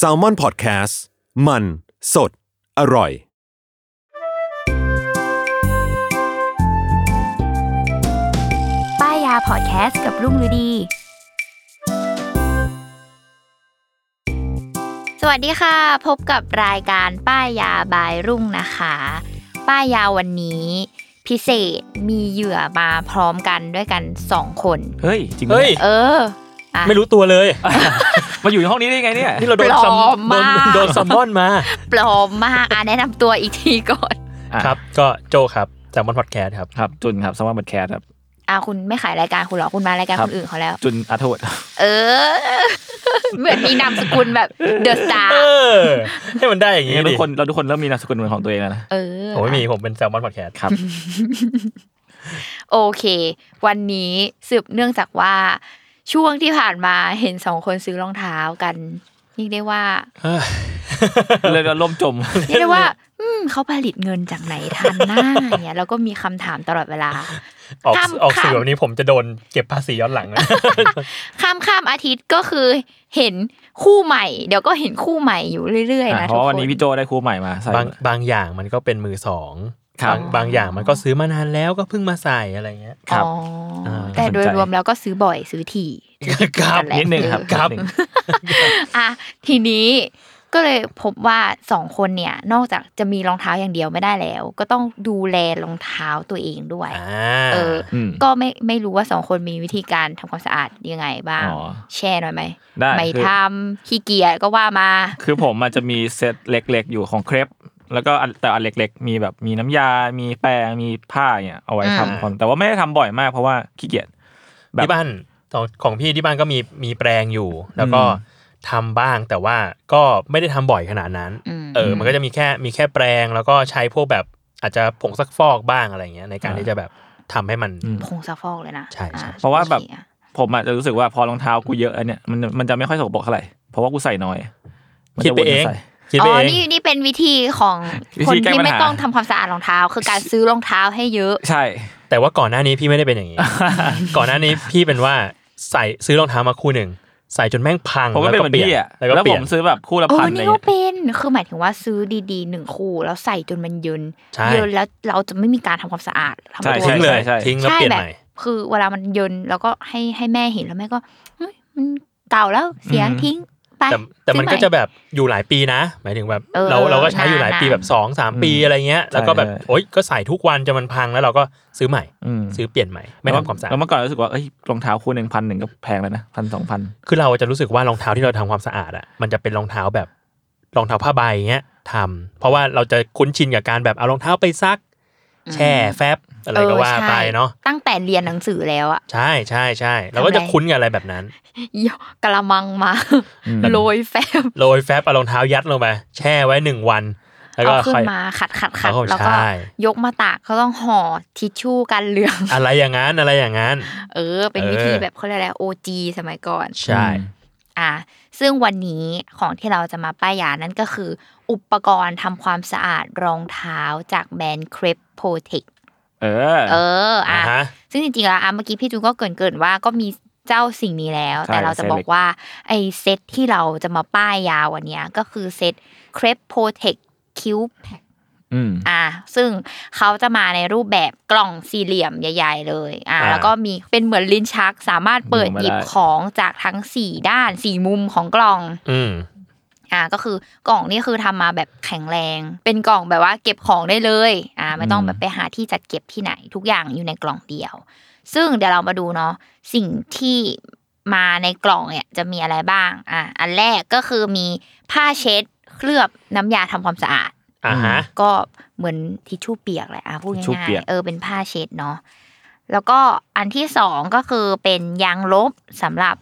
s a l m o n PODCAST มันสดอร่อย ป้ายยาพอดแคสต์กับรุ่งฤดี สวัสดีค่ะ พบกับรายการป้ายยาบายรุ่งนะคะ ป้ายยาวันนี้ พิเศษมีเหยื่อมาพร้อมกันด้วยกันสองคน เฮ้ย จริง เฮ้ย เอออ่ะ ไม่รู้ตัวเลย มาอยู่ในห้องนี้ได้ไงเนี่ย นี่เราโดน ปลอม ซัมโด มานก โดนซัมมอนมา ปลอมมากอ่ะแนะนำตัวอีกทีก่อน อ่ะ ครับ ก็โจครับจากมอนพอดแคสต์ครับ ครับ จุนครับสวัสดีแคทครับ อ่ะคุณไม่ขายรายการคุณหรอคุณมารายการ ครั ค บ นอื่นเขาแล้ว จุนอาโทษ เออ เหมือนมีนามสกุลแบบเดอะสตา เอ ร์ อ ให้มันได้อย่างนี้ เรา ดิ ทุกคนเราทุกคนเริ่มมีนามสกุลเป็นของตัวเองแล้วนะ เออ ผมไม่มีผมเป็นแซลมอนพอดแคสต์ ครับ โอเค วันนี้สืบเนื่องจากว่า ช่วงที่ผ่านมาเห็นสองคนซื้อรองเท้ากันนี่ได้ ว่า เลยเราล่มจม นี่ได้ว่า อืมเขาผลิตเงินจากไหนทันหน้าเนี่ย เราก็มีคำถามตลอดเวลา ออก ข้าม ออกสื่อ ข้าม แบบนี้ผมจะโดนเก็บภาษีย้อนหลังนะ ข้ามข้ามอาทิตย์ก็คือเห็นคู่ใหม่ เดี๋ยวก็เห็นคู่ใหม่อยู่เรื่อยๆ อ่ะ นะ เพ ทุก ราะ ค วัน น นี้พี่โจได้ครูใหม่มาใส่ บางบางอย่างมันก็เป็นมือสอง ครับ บางบางอย่างมันก็ซื้อมานานแล้วก็เพิ่งมาใส่อะไรเงี้ย ครับ อ๋ออา แต่โดยรวมแล้วก็ซื้อบ่อยซื้อถี่ ครับ แหละ นิดนึงครับ เออ ครับ นิดนึง อ่ะทีนี้ก็เลยพบว่าสองคนเนี่ย นอกจากจะมีรองเท้าอย่างเดียวไม่ได้แล้ว ก็ต้องดูแลรองเท้าตัวเองด้วย อ่า เออ อืม ก็ไม่ไม่รู้ว่าสองคนมีวิธีการทำความสะอาดยังไงบ้าง อ๋อ แช่หน่อยไหม ได้ ไม่ คือ ทำขี้เกียจก็ว่ามา คือผมมันจะมีเซตเล็กๆ อยู่ของเครปแล้วก็อันแต่อันเล็กๆ มีแบบมีน้ำยา มีแปรงมีผ้าเนี่ยเอาไว้ อืม ทำความแต่ว่าไม่ได้ทำบ่อยมากเพราะว่าขี้เกียจ แบบ ที่บ้านของของพี่ที่บ้านก็มีมีแปรงอยู่ แล้วก็ อืม ทำบ้างแต่ว่าก็ไม่ได้ทำบ่อยขนาดนั้น อืม เออ มันก็จะมีแค่มีแค่แปรงแล้วก็ใช้พวกแบบอาจจะผงซักฟอกบ้างอะไรเงี้ยในการ อ่า ที่จะแบบทำให้มัน อืม ผงซักฟอกเลยนะ ใช่ใช่ อ่ เพราะว่าแบบ โอคอ่ะ ผมอาจจะรู้สึกว่าพอรองเท้ากูเยอะอันเนี่ยมันมันจะไม่ค่อยสกปรกเท่าไหร่เพราะว่ากูใส่น้อยมัน คิด จะ ไป วน เอง ใส่ คิด อ๋ ไป อ เอง นี่นี่เป็นวิธีของ วิ ค ธี น แก้ ที่ ปัญหา ไม่ต้องทำความสะอาดรองเท้า คือการซื้อรองเท้าให้เยอะ ใช่ แต่ว่าก่อนหน้านี้พี่ไม่ได้เป็ นอย่างนี้ ก่อนหน้านี้พี่เป็นว่าใส่ซื้อรองเท้ามาคู่หนึ่งใส่จนแม่งพัง ผมก็เป็นเหมือนก็เปลี่ยน พี่อ่ะ แล้วก็ แล้ว เป ผ ลี่ยน มซื้อแบบคู่ละ โอ้ พันอะไร นี่ก็ เงี้ย เป็น คือหมายถึงว่าซื้อดีๆหนึ่งคู่ แล้วใส่จนมันเยิน ใช่ เยินแล้วเราจะไม่มีการทำความสะอาดทำ ใช่ ตัว ทิ้งเลย ใช่ ทิ้งแล้ว ใช่ เปลี่ยน แบบ ใหม่ คือเวลามันเยินแล้วก็ให้ให้แม่เห็นแล้วแม่ก็เฮ้ยมันเก่าแล้วเสีย อืม ทิ้งไป แต่แต่มันก็ ซื้อให จะแบบอยู่หลายปีนะ หมายถึงแบบ เออ เราเราก็ใช้อยู่หลายปี นานๆ แบบสองสามปีอะไรเงี้ย แล้วก็แบบ ใช่ โอ๊ยก็ใส่ทุกวันจนมันพังแล้วเราก็ซื้อใหม่ อืม ซื้อเปลี่ยนใหม่ ไม่ทำความสะอาด แล้วเมื่อก่อนรู้สึกว่าเอ้ยรองเท้าคู่หนึ่งพันหนึ่งก็แพงแล้วนะพันสองพัน คือเราจะรู้สึกว่ารองเท้าที่เราทำความสะอาดอ่ะมันจะเป็นรองเท้าแบบรองเท้าผ้าใบเงี้ยทำเพราะว่าเราจะคุ้นชินกับการแบบเอารองเท้าไปซัก แช่แฟบอะไรก็ว่าไปเนาะ ใช่ตั้งแต่เรียนหนังสือแล้วอะ ใช่ใช่ใช่เราทำก็อะไร จะคุ้นกับอะไรแบบนั้น ยกกระมังมา อืม โรยแฟบ โรยแฟบเอารองเท้ายัดลงไปแช่ไว้หนึ่งวัน แล้ว เอา ก็ ขึ้น ค่อย มาขัดขัดขัด เอาเข้า แล้วก็ ใช่ ยกมาตากก็ต้องห่อทิชชู่กันเหลือง อะไรอย่างนั้นอะไรอย่างนั้น เออ เป็นวิธี เออ แบบเขาเรียกอะไรโอจีสมัยก่อน ใช่ อ่ะซึ่งวันนี้ของที่เราจะมาป้ายยานั่นก็คือ อุปกรณ์ทำความสะอาดรองเท้าจากแบรนด์ Crep Protect เออ เอออ่ะ อ่าฮะ ซึ่งจริงๆแล้วอ่ะเมื่อกี้พี่จูนก็เกรินเกินๆว่าก็มีเจ้าสิ่งนี้แล้ว ใช่ แต่เราจะ เซต บ เล็ อก กว่าไอ้เซตที่เราจะมาป้ายยาวันเนี้ยก็คือเซต Crep Protect Cube อืม อ่ะซึ่งเขาจะมาในรูปแบบกล่องสี่เหลี่ยมใหญ่ ๆ เลยอ่ะ อ่า แล้วก็มีเป็นเหมือนลิ้นชัก สามารถเปิดหยิบ ดูไม่ได้ ของจากทั้งสี่ด้านสี่มุมของกล่อง อืม อ่าก็คือกล่องนี่คือทำมาแบบแข็งแรง เป็นกล่องแบบว่าเก็บของได้เลยอ่าไม่ต้อง อืม แบบไปหาที่จัดเก็บที่ไหนทุกอย่างอยู่ในกล่องเดียว ซึ่งเดี๋ยวเรามาดูเนาะสิ่งที่มาในกล่องเนี่ยจะมีอะไรบ้างอ่าอันแรกก็คือมีผ้าเช็ดเคลือบน้ำยาทำความสะอาด อ่าฮะ ก็เหมือนทิชชู่เปียกแหละอ่ะพูด ทิชชู่ ง่าย เปียก ๆเออเป็นผ้าเช็ดเนาะแล้วก็อันที่สองก็คือเป็นยางลบสำหรับ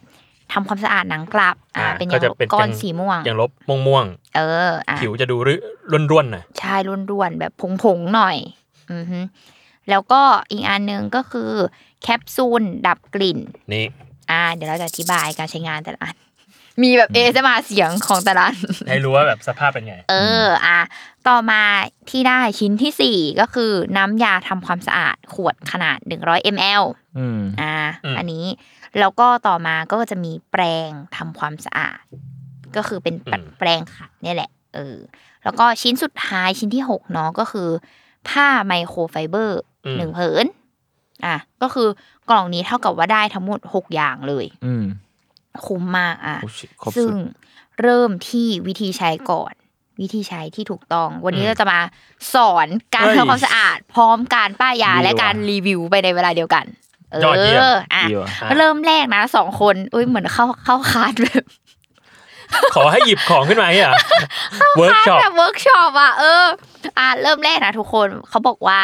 ทำความสะอาดหนังกลับ อ่า อ่า เป็น ก็ ยาง จะ ลบ เป็น ก้อน ยัง สีม่วง อย่างลบม่วง เอออ่ะ ๆผิวจะดูรืร่วนๆหน่อย ใช่ร่วนๆ แบบผงๆ หน่อย อือฮึแล้วก็อีกอันหนึ่งก็คือ แคปซูลดับกลิ่น นี่ อ่า เดี๋ยวเราจะอธิบายการใช้งานแต่ละอัน มีแบบเอสมาเสียงของแต่ละอัน ให้รู้ว่าแบบสภาพเป็นไง เออ อ่ะ ต่อมาที่ได้ชิ้นที่สี่ก็คือน้ำยาทำความสะอาดขวดขนาด 100 ml อืม อ่า อืม อันนี้ แล้วก็ต่อมาก็จะมีแปรงทำความสะอาด ก็คือเป็นแปรงขัดเนี่ยแหละ เออ แล้วก็ชิ้นสุดท้ายชิ้นที่หกเนาะก็คือ ผ้าไมโครไฟเบอร์ อืม หนึ่งผืนอ่ะ ก็คือกล่องนี้เท่ากับว่าได้ทั้งหมดหกอย่างเลย อืม คุ้มมากอ่ะ โอ้ชิครบ ซึ่ สุ ง ด เริ่มที่วิธีใช้ก่อน วิธีใช้ที่ถูกต้อง วันนี้ อืม เราจะมาสอนการ เอ้ย ทำความสะอาด พร้อมการป้ายยา ดี และการ ว่ะ รีวิวไปในเวลาเดียวกัน เออย อดเยี่ยม อ่ะ ดีว่ะ อ่ะ เริ่มแรกนะสองคนอุ้ยเหมือนเข้าเข้าคลาสแบบ ขอให้หยิบของขึ้นมาเนี่ ยเหรอเวิร์ก คลาส ช็อป แบบเวิร์กช็อปอ่ะเออ อ่ะเริ่มแรกนะทุกคนเขาบอกว่า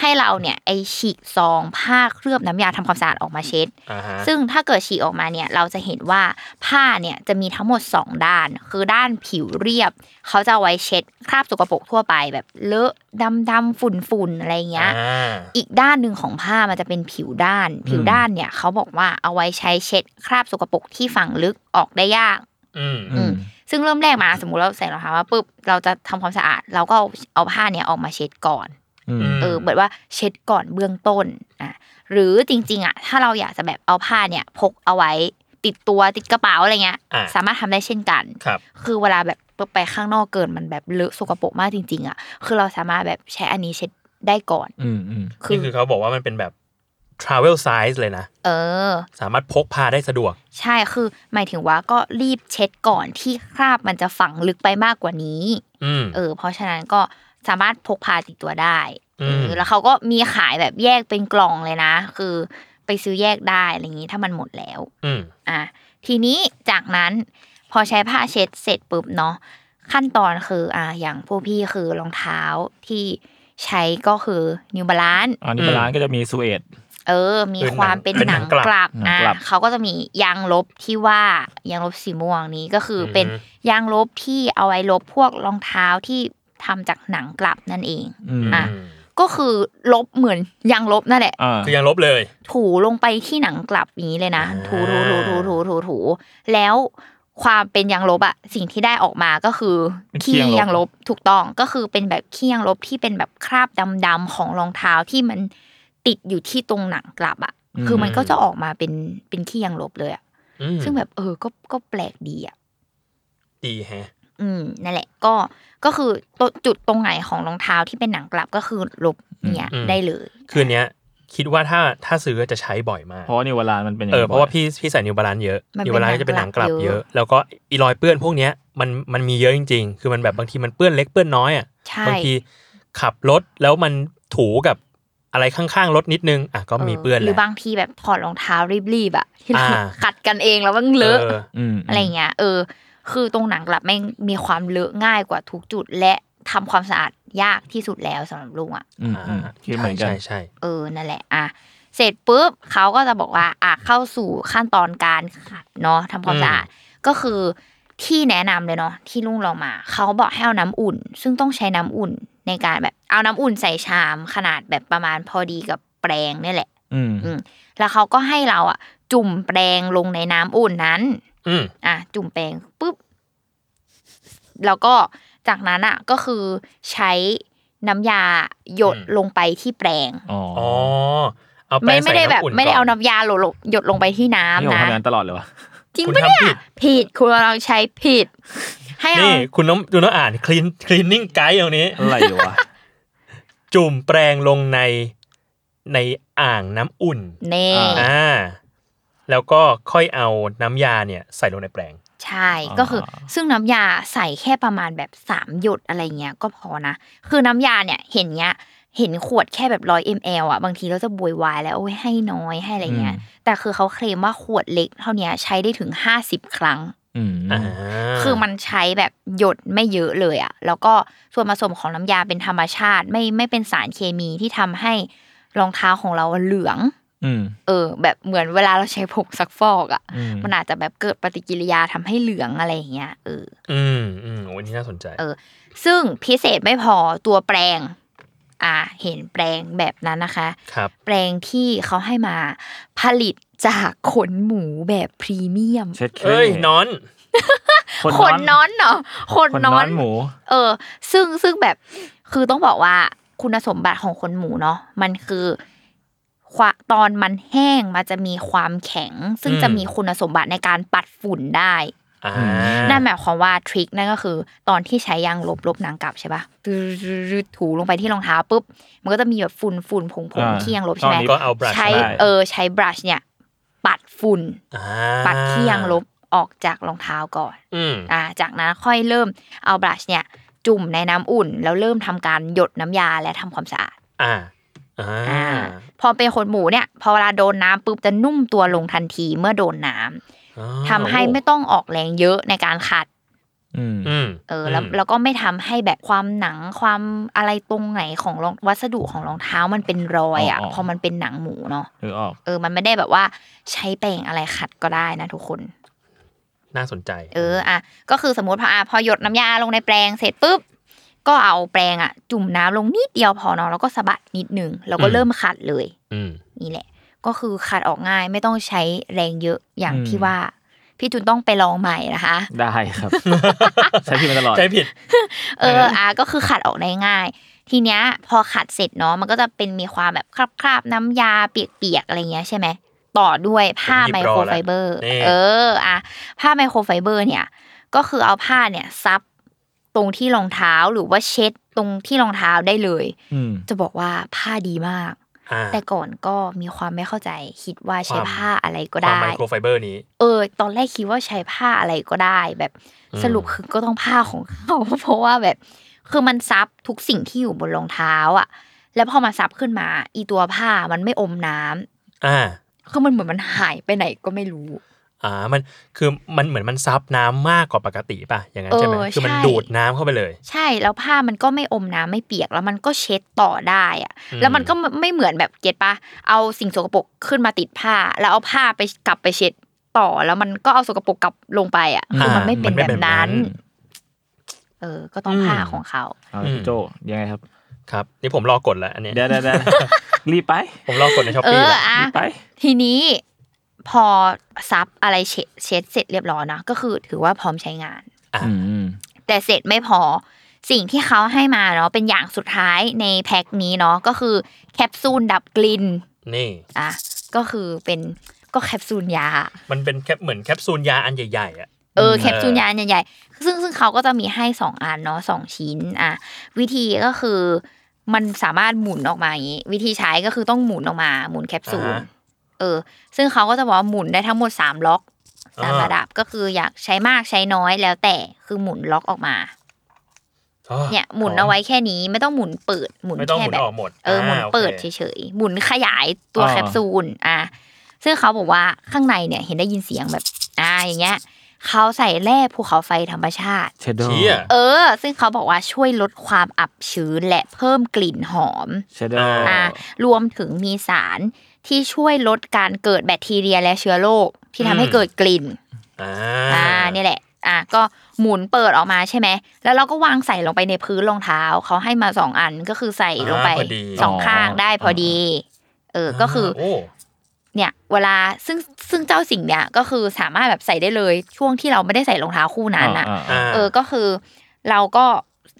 ให้เราเนี่ยไอฉีกซองผ้าเคลือบน้ำยาทำความสะอาดออกมาเช็ด อ่าฮะ ซึ่งถ้าเกิดฉีกออกมาเนี่ยเราจะเห็นว่าผ้าเนี่ยจะมีทั้งหมด 2 ด้าน คือด้านผิวเรียบ เขาจะเอาไว้เช็ดคราบสกปรกทั่วไปแบบเลอะดำดำฝุ่นฝุ่นๆอะไรเงี้ย อ่า อีกด้านหนึ่งของผ้ามันจะเป็นผิวด้าน ผิวด้านเนี่ยเขาบอกว่าเอาไว้ใช้เช็ดคราบสกปรกที่ฝังลึกออกได้ยาก อืม อืม ซึ่งเริ่มแรกมาสมมติเราใส่รองเท้ามาปุ๊บเราจะทำความสะอาด เราก็เอาเอาผ้าเนี่ยออกมาเช็ดก่อน อืม เออเหมือนว่าเช็ดก่อนเบื้องต้นอ่ะหรือจริง ๆอ่ะถ้าเราอยากจะแบบเอาผ้าเนี่ยพกเอาไว้ติดตัวติดกระเป๋าอะไรเงี้ย อ่า สามารถทำได้เช่นกัน ครับ คือเวลาแบบไปข้างนอกเกินมันแบบเลอะสกปรกมากจริง ๆ อ่ะ คือเราสามารถแบบใช้อันนี้เช็ดได้ก่อน อืมอืม คื นี่ อ คือเขาบอกว่ามันเป็นแบบ travel size เลยนะ เออ สามารถพกพาได้สะดวก ใช่คือ หมายถึงว่าก็รีบเช็ดก่อนที่คราบมันจะฝังลึกไปมากกว่านี้ อืม เออ เพราะฉะนั้นก็สามารถพกพาติดตัวได้ อื เอ ม อแล้วเขาก็มีขายแบบแยกเป็นกล่องเลยนะ คือไปซื้อแยกได้อะไรอย่างนี้ถ้ามันหมดแล้ว อืม อ่ะทีนี้จากนั้นพอใช้ผ้าเช็ดเสร็จปุ๊บเนาะขั้นตอนคืออ่ะอย่างพวกพี่คือรองเท้าที่ใช้ก็คือนิวบาลาน อันนี้บาลานซ์ก็จะมีสูเอต เออ มี เป็นหนัง ความเป็น เป็น ห หนั นัง ง กลับ หนั อ่ะ งกลับ เขาก็จะมียางลบที่ว่ายางลบสีม่วงนี้ก็คืออ ม เป็นยางลบที่เอาไว้ลบพวกรองเท้าที่ทำจากหนังกลับนั่นเอง อืม อ่ะ ก็คือลบเหมือนยางลบนั่นแหละ อ่า คือยังลบเลย ถูลงไปที่หนังกลับอย่างนี้เลยนะ อ่า ถูถูถูถูถูถูถูแล้วความเป็นยางลบอะสิ่งที่ได้ออกมาก็คือขี้ยางลบถูกต้องก็คือเป็นแบบขี้ยางลบที่เป็นแบบคราบดำๆของรองเท้าที่มันติดอยู่ที่ตรงหนังกลับอะคือมันก็จะออกมาเป็นเป็นขี้ยางลบเลยอะ อืม ซึ่งแบบเออก็ก็แปลกดีอะ ดีแฮะ อืมนั่นแหละก็ก็คือตรงจุดตรงไหนของรองเท้าที่เป็นหนังกลับก็คือลบเนี่ย อืม ได้เลย คืนเนี้ย คิดว่าถ้าถ้าซื้อจะใช้บ่อยมาก เพราะว่านิวบาลานซ์มันเป็นอย่ง เอ นี้ อเพราะว่าพี่พี่ใส่นิวบาลานเยอะนิวบาลานจะเป็นหนังกลับเยอะ แล้วก็อีรอยเปื้อนพวกเนี้ยมันมันมีเยอะจริง ๆ คือมันแบบบางทีมันเปื้อนเล็กเปื้อนน้อยอ่ะ ใช่ บางทีขับรถแล้วมันถูกับอะไรข้างๆรถนิดนึงอ่ะก็มีเปื้อน ห แห รื ละ อบางทีแบบถอดรองเท้ารีบๆอะที่เรา อ่า ขัดกันเองแล้วมันเลอะ เออ อืม อะไรเงี้ยเออ คือตรงหนังกลับไม่งมีความเลอะง่ายกว่าทุกจุดและทำความสะอาดยากที่สุดแล้วสำหรับลุงอะ อืมอืมคิดเหมือนกัน ใช่ใช่ใช่ เออนั่นแหละอ่ะเสร็จปุ๊บเขาก็จะบอกว่าอ่ะเข้าสู่ขั้นตอนการขัดเนาะทำความสะอาดก็คือที่แนะนำเลยเนาะที่ลุงลองมาเขาบอกให้เอาน้ำอุ่น ซึ่งต้องใช้น้ำอุ่นในการแบบเอาน้ำอุ่นใส่ชามขนาดแบบประมาณพอดีกับแปรงเนี่ยแหละ อืม แล้วเขาก็ให้เราอ่ะ จุ่มแปรงลงในน้ำอุ่นนั้น อืม อ่ะ จุ่มแปรงปุ๊บ แล้วก็จากนั้นอ่ะ ก็คือใช้น้ำยาหยดลงไปที่แปรง อ๋อ อ๋อเอาแปร ไม่ ง ไม่ ใส่ ได้แบบ น้ำอุ่น ไม่ได้เอา ก่ น้ำยาหลดลงหยดลงไปที่น้ำ นี่ผม นะ ทำงานตลอดเลยวะ จริง คุณ ปะ ทำผิด ผิดคุณเราใช้ผิด ให้เอา นี่คุณต้องดูต้องอ่านคลีนคลีนนิ่งไกด์ตรงนี้ อะไรวะ จุ่มแปรงลงในในอ่างน้ำอุ่น เน่ อ่า อ่าแล้วก็ค่อยเอาน้ำยาเนี่ยใส่ลงในแปรง ใช่ก็คือ ซึ่งน้ำยาใส่แค่ประมาณแบบสามหยดอะไรเงี้ยก็พอนะ คือน้ำยาเนี่ยเห็นเงี้ย เห็นขวดแค่แบบร้อยมลอ่ะบางทีเราจะบวยวายแล้วโอ้ยให้น้อยให้อะไรเงี้ย อืม แต่คือเขาเคลมว่าขวดเล็กเท่าเนี้ยใช้ได้ถึงห้าสิบครั้ง อืม อ่า คือมันใช้แบบหยดไม่เยอะเลยอ่ะ แล้วก็ส่วนผสมของน้ำยาเป็นธรรมชาติ ไม่ไม่เป็นสารเคมีที่ทำให้รองเท้าของเราเหลือง อืม เออ แบบเหมือนเวลาเราใช้ผ งซักฟอกอ่ะ อืม มันอาจจะแบบเกิดปฏิกิริยาทำให้เหลืองอะไรอย่างเงี้ยเออ อืมอืมโอ้อันนี้น่าสนใจ เออ ซึ่งพิเศษไม่พอตัวแปรงอ่า เห็นแปรงแบบนั้นนะคะ ครับ แปรงที่เขาให้มาผลิตจากขนหมูแบบพรีเมียม เช็ดเค เอ้ยนอน ขนนอนเนาะขน ขนนน อ อน นหมู เออ ซึ่งซึ่งแบบคือต้องบอกว่าคุณสมบัติของขนหมูเนาะมันคือควะตอนมันแห้งมันจะมีความแข็ง ซึ่ง อืม จะมีคุณสมบัติในการปัดฝุ่นได้ อ่า นั่นหมายความว่าทริคนั่นก็คือ ตอนที่ใช้ยางลบลบหนังกลับใช่ปะตึ๊ดถูลงไปที่รองเท้าปุ๊บ มันก็จะมีแบบฝุ่นฝุ่นผงผง อ่า ที่ยางลบใช่ไหม ตอนนี้ ก็เอาบรัช ใช้ ได้ เออใช้บรัชเนี่ย ปัดฝุ่น อ่า ปัดที่ยางลบออกจากรองเท้าก่อน อืม อ่าจากนั้นค่อยเริ่มเอาบรัชเนี่ยจุ่มในน้ำอุ่น แล้วเริ่มทำการหยดน้ำยาและทำความสะอาด อ่าอ่า อ่าพอเป็นขนหมูเนี่ยพอเวลาโดนน้ำปุ๊บจะนุ่มตัวลงทันทีเมื่อโดนน้ำ อ๋อ ทำให้ไม่ต้องออกแรงเยอะในการขัด อืม อืม เออแล้ว ม แล้วก็ไม่ทำให้แบบความหนังความอะไรตรงไหนของรองวัสดุของรองเท้ามันเป็นรอยอ่ะพอมันเป็นหนังหมูเนาะ หรือออก เออมันไม่ได้แบบว่าใช้แปรงอะไรขัดก็ได้นะทุกคน น่าสนใจ เอออ่ะก็คือสมมติพออ่ะพอหยดน้ำยาลงในแปรงเสร็จปุ๊บ ก็เอาแปรงอ่ะ จุ่มน้ำลงนิดเดียวพอเนาะแล้วก็สะบัดนิดนึงแล้วก็เริ่มขัดเลย อืม นี่แหละ ก็คือขัดออกง่ายไม่ต้องใช้แรงเยอะอย่าง อืม ที่ว่า พี่จุนต้องไปลองใหม่นะคะ ได้ครับ ใช้พี่มาตลอด ใช่ผิด เอออ่ะก็คือขัดออกได้ง่าย ทีเนี้ย พอขัดเสร็จเนาะมันก็จะเป็นมีความแบบคราบๆน้ำยาเปียกๆอะไรเงี้ยใช่ไหมต่อด้วยผ้า ผมหยิ ไม บร โค อ ร แล้ว ไฟเบอร์ นี่ เอออ่ะผ้าไมโครไฟเบอร์เนี่ย ก็คือเอาผ้าเนี่ยซับตรงที่รองเท้าหรือว่าเช็ดตรงที่รองเท้าได้เลย อืม จะบอกว่าผ้าดีมาก อ่า แต่ก่อนก็มีความไม่เข้าใจคิดว่าใช้ ความ ผ้าอะไรก็ ความ ได้ ไมโครไฟเบอร์นี้ เออ ตอนแรกคิดว่าใช้ผ้าอะไรก็ได้ แบบ อืม สรุปคือก็ต้องผ้าของเขา เพราะว่าแบบ คือมันซับทุกสิ่งที่อยู่บนรองเท้าอ่ะ แล้วพอมันซับขึ้นมา อีตัวผ้ามันไม่อมน้ำ อ่า คือมันเหมือนมันหายไปไหนก็ไม่รู้ อ่ามันคือมันเหมือนมันซับน้ำมากกว่าปกติป่ะอย่างนั้นใช่ไหม เออ คือมัน ใช่ ดูดน้ำเข้าไปเลย ใช่แล้วผ้ามันก็ไม่อมน้ำไม่เปียกแล้วมันก็เช็ดต่อได้อะ อืม แล้วมันก็ไม่เหมือนแบบเก็ตปะเอาสิ่งสกปรกขึ้นมาติดผ้า แล้วเอาผ้าไปกลับไปเช็ดต่อ แล้วมันก็เอาสกปรกกลับลงไปอ่ะคือมันไม่เป็นแบบนั้น เออ ก็ต้องผ้าของเขา เอาละพี่โจยังไงครับ ครับนี่ผมรอกดแล้วอันเนี้ย เดี๋ยวเดี๋ยวเดี๋ยว รีบไป ผมรอกดในช้อป เอ ปี้ อ แหละ อ่ะ รีบไป ทีนี้พอซับอะไรเช็ดเช็ดเสร็จเรียบร้อยนะ ก็คือถือว่าพร้อมใช้งาน อืม แต่เสร็จไม่พอสิ่งที่เขาให้มาเนาะเป็นอย่างสุดท้ายในแพ็คนี้เนาะก็คือแคปซูลดับกลิ่น นี่ อ่ะก็คือเป็นก็แคปซูลยา มันเป็นแคปเหมือนแคปซูลยาอันใหญ่ๆอ่ะ เออ อืม แคปซูลยาอันใหญ่ๆซึ่งซึ่งเขาก็จะมีให้สองอันเนาะสองชิ้นอ่ะวิธีก็คือมันสามารถหมุนออกมาอย่างนี้ วิธีใช้ก็คือต้องหมุนออกมาหมุนแคปซูล อ่าฮะ เออ ซึ่งเขาก็จะบอกว่าหมุนได้ทั้งหมดสามล็อกสาม อ่า ระดับก็คืออยากใช้มากใช้น้อยแล้วแต่คือหมุนล็อกออกมา อ๋อ เนี่ยหมุนเอาไว้แค่นี้ไม่ต้องหมุนเปิดหมุน ไม่ต้องห แค่ มุน แบบ ออกหมด เออหมุนา เปิด โอค เฉยๆหมุนขยายตัว อ่า แคปซูลอ่ะซึ่งเขาบอกว่าข้างในเนี่ยเห็นได้ยินเสียงแบบ อ่าอย่างเงี้ยเขาใส่แร่ภูเขาไฟธรรมชาติ เชดเดอร์ เชี่ย เออ ซึ่งเขาบอกว่าช่วยลดความอับชื้นและเพิ่มกลิ่นหอม เชดเดอร์ อ่ะรวมถึงมีสารที่ช่วยลดการเกิดแบคทีเรียและเชื้อโรคที่ทำให้ อืม เกิดกลิ่น อ่า อ่าเนี่ยแหละ อ่ะก็หมุนเปิดออกมาใช่ไหม แล้วเราก็วางใส่ลงไปในพื้นรองเท้าเขาให้มาสองอันก็คือใส่ลงไปสองข้างได้พอดี เออ ก็คือ โอ้ เนี่ยเวลาซึ่งซึ่งเจ้าสิ่งเนี้ยก็คือสามารถแบบใส่ได้เลยช่วงที่เราไม่ได้ใส่รองเท้าคู่นั้นอ่ะ อ่า า เออก็คือ เราก็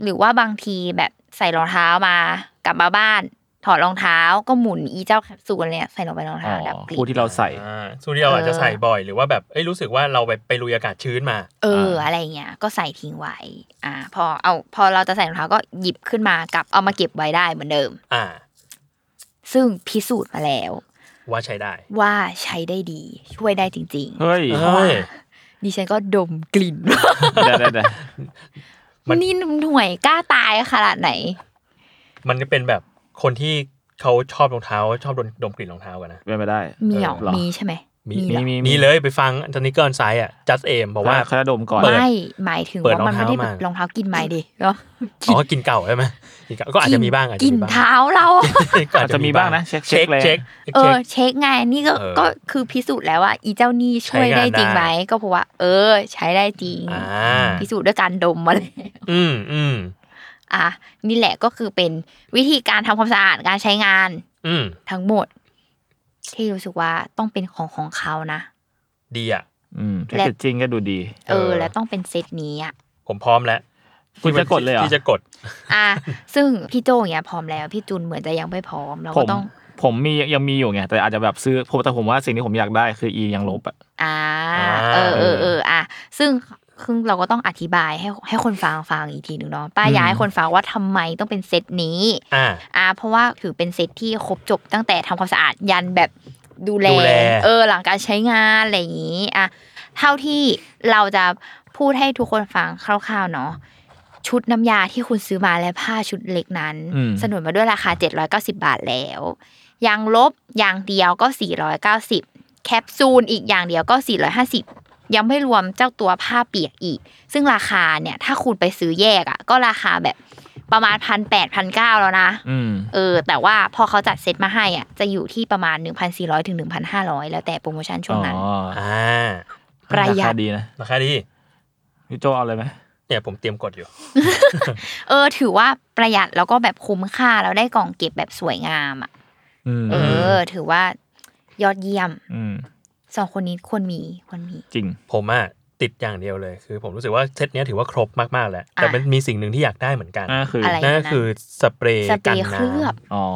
หรือว่าบางทีแบบใส่รองเท้ามากลับมาบ้าน ถอดรองเท้าก็หมุนอีเจ้าแคปซูลเนี่ยใส่ลงไปรอง อ๋ เท้าดับ อก ลิ่ คู่ น ที่เราใส่ อ่าสูริเราอาจจะ เออ ใส่บ่อยหรือว่าแบบเอ้ยรู้สึกว่าเราไปไปลุยอากาศชื้นมา เออ อ่า อะไรเงี้ยก็ใส่ทิ้งไว้ อ่า พอเอาพอเราจะใส่รองเท้าก็หยิบขึ้นมากลับเอามาเก็บไว้ได้เหมือนเดิม อ่า ซึ่งพิสูจน์มาแล้ว ว่าใช้ได้ ว่าใช้ได้ดีช่วยได้จริง เฮ้ย เฮ้ย ๆ ดิฉันก็ดมกลิ่น เดี๋ยวเดี๋ยวเดี๋ยว มัน นี่หน่วยกล้าตายขนาดไหน มันก็เป็นแบบคนที่เขาชอบรองเท้า ชอบดมดมกลิ่นรองเท้ากันนะ เป็นไปได้ มีหรอ เออเหรอ มีใช่ไหม มี มีเหรอ มีมี มีเลยไปฟังอันโทนิเกิลไซด์อ่ะ just aim บอกว่า คณะดมก่อน เปิด ไม่หมายถึง เปิด ว่ามัน รองเท้า ไม่ได้แบบ มา รองเท้ากินไม้ดิเนาะ อ๋อกินเก่าใช่ไหมกินเก่าก็อาจจะมีบ้างอาจจะ กิน มีบ้าง เท้าเรา อาจจะมีบ้างนะเช็คเช็ เช็ ค ค เลย เช็ค เอ เช็ อ ค เช็คไงนี่ก็ เออ ก็คือพิสูจน์แล้วว่าอีเจ้านี่ช่วย ใช้งาน ได้จริง ได้ ไหมก็เพราะว่า เออ ใช้ได้จริง อ่า พิสูจน์ด้วยการดมมาเลย อืมอืม อ่ะนี่แหละก็คือเป็นวิธีการทำความสะอาดการใช้งาน อืม ทั้งหมด ที่รู้สึกว่าต้องเป็นของของเขานะ ดีอ่ะ อืมแพ็ก และ เกจจิ้งก็ดูดี เออ เออ และต้องเป็นเซตนี้อ่ะ ผมพร้อมแล้ว คุณจะกดเลยเหรอ ที่จะกด อ่ะซึ่งพี่โจอย่างเงี้ยพร้อมแล้ว พี่จุนเหมือนจะยังไม่พร้อมเรา ผ ก็ ม ต้อง ผมมียังมีอยู่ไงแต่อาจจะแบบซื้อผมแต่ผมว่าสิ่งที่ผมอยากได้คืออียังลบอะ อ่า อ่า เออเออเอออ่ะซึ่งซึ่งเราก็ต้องอธิบายให้ให้คนฟังฟังอีกทีหนึ่งเนาะป้า อืม ย้ายคนฟังว่าทำไมต้องเป็นเซตนี้ อ่า อ่า เพราะว่าถือเป็นเซตที่ครบจบตั้งแต่ทำความสะอาดยันแบบดูแล ดูแล เออ หลังการใช้งานอะไรอย่างนี้ อ่ะ เท่าที่เราจะพูดให้ทุกคนฟังคร่าวๆเนาะชุดน้ำยาที่คุณซื้อมาและผ้าชุดเล็กนั้น อืม สนุนมาด้วยราคา 790 บาทแล้ว ยางลบอย่างเดียวก็ 490 แคปซูลอีกอย่างเดียวก็ 450 ยังไม่รวมเจ้าตัวผ้าเปียกอีก ซึ่งราคาเนี่ย ถ้าคุณไปซื้อแยกอะ่ะ ก็ราคาแบบประมาณพันแปดพันเก้าแล้วนะ อืม เออ แต่ว่าพอเขาจัดเซตมาให้อ่ะ จะอยู่ที่ประมาณ 1,400ถึง1,500 แล้วแต่โปรโมชั่นช่วงนั้น อ๋อ อ่า ประหยัด ราคาดีนะ ราคาดี พี่โจเอาเลยไหม เนี่ยผมเตรียมกดอยู่ เออ ถือว่าประหยัดแล้วก็แบบคุ้มค่าแล้วได้กล่องเก็บแบบสวยงามอ่ะ อืม เออ ถือว่ายอดเยี่ยม อืม สองคนนี้ควรมีควรมี จริง ผมอ่ะติดอย่างเดียวเลย คือผมรู้สึกว่าเซตเนี้ยถือว่าครบมากๆแล้ว แต่ อ่ะ มันมีสิ่งหนึ่งที่อยากได้เหมือนกัน อ่าคืออ อะไร นั่นก็คือสเปรย์ สเปร กัน ย์เค น้ ลือบ อ๋อ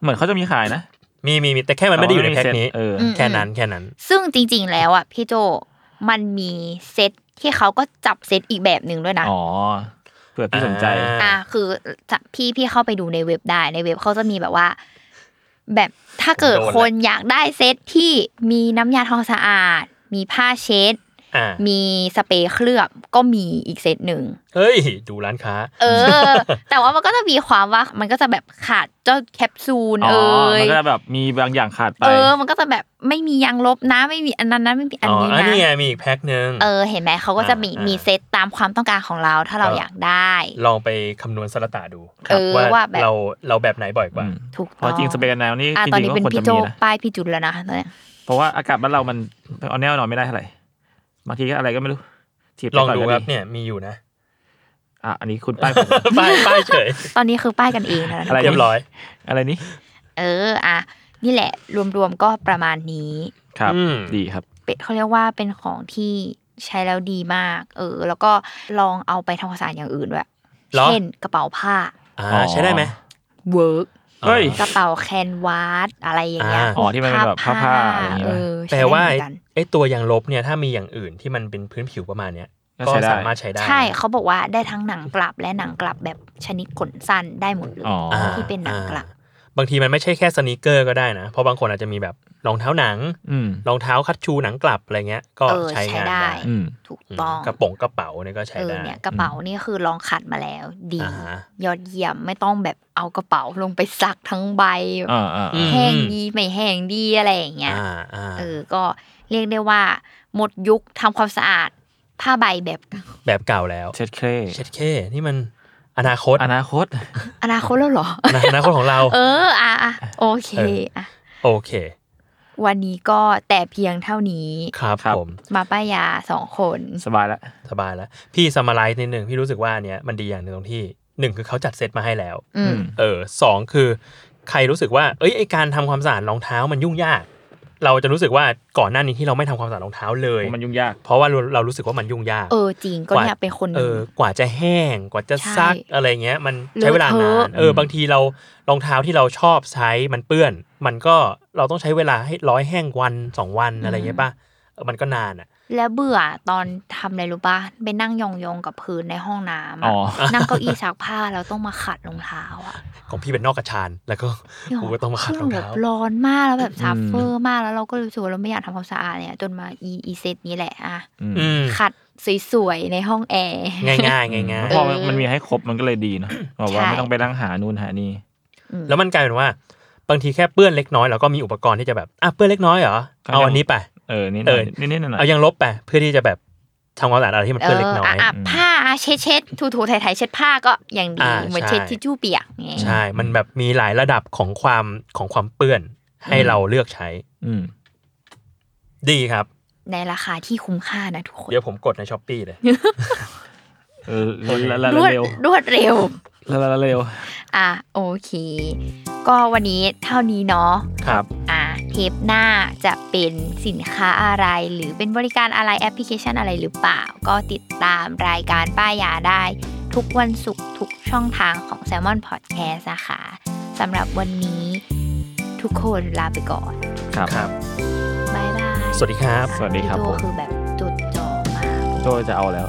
เหมือนเขาจะมีขายนะ ำมีมีมีแต่แค่มันไม่ได้อยู่ในแพ็คนี้ เออ อืม แค่นั้นแค่นั้น ซึ่งจริง ๆ แล้วอ่ะพี่โจมันมีเซตที่เขาก็จับเซตอีกแบบหนึ่งด้วยนะ อ๋อเผื่อพี่สนใจ อ่า อ่ะคือจะพี่พี่เข้าไปดูในเว็บได้ในเว็บเขาจะมีแบบว่า แบบถ้าเกิด โดนละ คนอยากได้เซตที่มีน้ำยาทองสะอาด มีผ้าเช็ด อ่า มีสเปรย์เคลือบก็มีอีกเซตหนึ่ ง เฮ้ย ดูร้านค้า เออ แต่ว่ามันก็จะมีความว่า มันก็จะแบบขาดเจ้าแคปซูล อ๋อ เอ้ มัน ย ก็จะแบบมีบางอย่างขาดไป เออ มันก็จะแบบไม่มียางลบนะ ไม่มีอันนั้นนะไม่มีอัน อ๋อ นี้ อัน นะ นี้ไงมีอีกแพ็คหนึ่ง เออ เห็นไหมเขาก็จะมี อ่ามี มีเซตตามความต้องการของเรา ถ้าเรา ก็ อยากได้ ลองไปคำนวณสลตาดู เออ ว่า ว่าแบบ เราเราแบบไหนบ่อยกว่า อืม ถูก เพ ต้อ ราะ ง จริงสเปรย์กันแนวนี่ อ่ะ จ ตอน ริ นี้ งๆ เป็ ก็ น ควร พี่ จะ โจ มีนะ ป้ายพี่จุดแล้วนะตอนเนี้ย เพราะว่าอากาศบ้านเรามันเอาแน่นอนไม่ได้เท่าไหร่บางทีก็อะไรก็ไม่รู้ถีบไป ลอง ก่น ดู ก็ ครับเนี่ยมีอยู่นะ อ่ะอันนี้คุณป้าย ผม ป้ายป้ายเฉย ตอนนี้คือป้ายกันเองนะ อะไร เรียบร้อย อะไรนี่ เออ อ่ะ นี่แหละ รวมๆ ก็ประมาณนี้ ครับ อืม ดีครับ เป็นเขาเรียกว่าเป็นของที่ใช้แล้วดีมาก เออ แล้วก็ลองเอาไปทำความสะอาดอย่างอื่นด้วย เหรอ เช่นกระเป๋าผ้า อ่าใช้ได้ไหม เวิร์ก เฮ้ย กระเป๋าแคนวาสอะไรอย่างเงี้ย อ่า อ๋อที่มันเป็นแบบผ้าๆอะไรอย่างเงี้ย เออใช้ แปล ได้ ว่า เหมือนกัน ไอ้ตัวยางลบเนี่ยถ้ามีอย่างอื่นที่มันเป็นพื้นผิวประมาณเนี้ย ก็ ก็ ใช้ได้ สามารถใช้ได้ ใช่เขาบอกว่าได้ทั้งหนังกลับและหนังกลับแบบชนิดขนสั้นได้หมดเลย อ๋อ อ่า ที่เป็นหนังกลับ อ่าบางทีมันไม่ใช่แค่สนีกเกอร์ก็ได้นะ เพราะบางคนอาจจะมีแบบรองเท้าหนัง อืม รองเท้าคัดชูหนังกลับอะไรเงี้ย ก็ เออ ใช้ ใช้ งาน ได้ ได้ อืม ถูก อืม ต้อง กระโป๋องกระเป๋าเนี่ยก็ใช้ เออ ได้ เนี่ยกระเป๋านี่คือลองขัดมาแล้ว ดี อ่าฮะ ยอดเยี่ยมไม่ต้องแบบเอากระเป๋าลงไปซักทั้งใบ อ่าอ่า อืม แห้งดีไม่แห้งดีอะไรอย่างเงี้ย อ่าอ่า เออก็เรียกได้ว่า หมดยุคทำความสะอาด ผ้าใบแบบ แบบเก่าแล้ว เช็ดเคร เช็ดเคนี่มันอนาคต อนาคต อนาคตแล้วเหรอ อนาคตของเรา เอออ่ะอ่ะโอเค เออ อ่ะ โอเค วันนี้ก็แต่เพียงเท่านี้ ครับ ครับ ผม มาป้ายาสองคน สบายแล้ว สบายแล้ว พี่สมาไลซ์นิดหนึ่งพี่รู้สึกว่าอันเนี้ยมันดีอย่างหนึ่งตรงที่หนึ่งคือเขาจัดเซตมาให้แล้ว อืม เออสองคือ ใครรู้สึกว่า เอ้ยไอการทำความสะอาดรองเท้ามันยุ่งยาก เราจะรู้สึกว่าก่อนหน้านี้ที่เราไม่ทำความสะอาดรองเท้าเลย มันยุ่งยาก เพราะว่าเราเรารู้สึกว่ามันยุ่งยาก เออจริงก็เนี่ยเป็นคนห เอ นึ่ง อกว่าจะแห้งกว่าจะซัก ใช่ อะไรเงี้ย มันใช้เวลา เล นา อะเท น อะ เออบางทีเรารองเท้าที่เราชอบใช้มันเปื้อน มันก็เราต้องใช้เวลาให้ร้อยแห้งวันสองวันอะไรเงี้ยป่ะเออมันก็นานอ่ะ แล้วเบื่อตอนทำอะไรรู้ป่ะไปนั่งยองๆกับพื้นในห้องน้ำ อ๋ อะ อ นั่งเก้าอี้ซักผ้าแล้วต้องมาขัดรองเท้าอ่ะ ของพี่เป็นนอกกระชานแล้วก็ พี่ห กูก็ต้องมาขัดรอง แบ เท้า บร้อนมากแล้วแบบซัฟเฟอ อื ร์ ม มากแล้วเราก็รู้สึกว่าเราไม่อยากทำความสะอาดเนี่ย จนมาอีอีเซตนี้แหละอ่ะ อืม อืม ขัดสวยๆในห้องแอร์ ง่ายง่ายๆง่าย แล้วพๆอ เออ มันมีให้ครบมันก็เลยดีเนาะบอกว่า ใช่ ไม่ต้องไปนั่งหานู่นหานี่ อืม แล้วมันกลายเป็นว่า บางทีแค่เปื้อนเล็กน้อยเราก็มีอุปกรณ์ที่จะแบบอ่ะเปื้อนเล็กน้อยเหรอ ครับ เอาอันนี้ไป เออนิดห เอ น่อ อ ยนิดๆหน่อยๆ เอายังลบไปเพื่อที่จะแบบทำความสะอาดอะไรที่มัน เอ เปื้อน อ เล็กน้อย อ่ะอ่ะ อืม ผ้าอ่ะเช็ดเช็ดถูถูไถไถเช็ดผ้าก็ยังดี อ่า เหมือน ใช่ เช็ดทิชชู่เปียกไง ใช่ มันแบบมีหลายระดับของความของความเปื้อนให้เราเลือกใช้ อืม ดีครับ ในราคาที่คุ้มค่านะทุกคน เดี๋ยวผมกดในช้อปปีเลย เออละละ ร ละ วด เร็ว รวดเร็ว ละละละเร็ว อ่ะโอเค ก็วันนี้เท่านี้เนาะ ครับ อ่าเทปหน้าจะเป็นสินค้าอะไร หรือเป็นบริการอะไรแอปพลิเคชันอะไรหรือเปล่า ก็ติดตามรายการป้ายาได้ ทุกวันศุกร์ทุกช่องทางของ s ซ l m o n Podcast นะคะสำหรับวันนี้ทุกคนลาไปก่อน ครับ ครับ บ๊ายบาย สวัสดีครับ สวัสดีครับ พี่ ผ โจ ม คือแบบจดจ่อมาก โจจะเอาแล้ว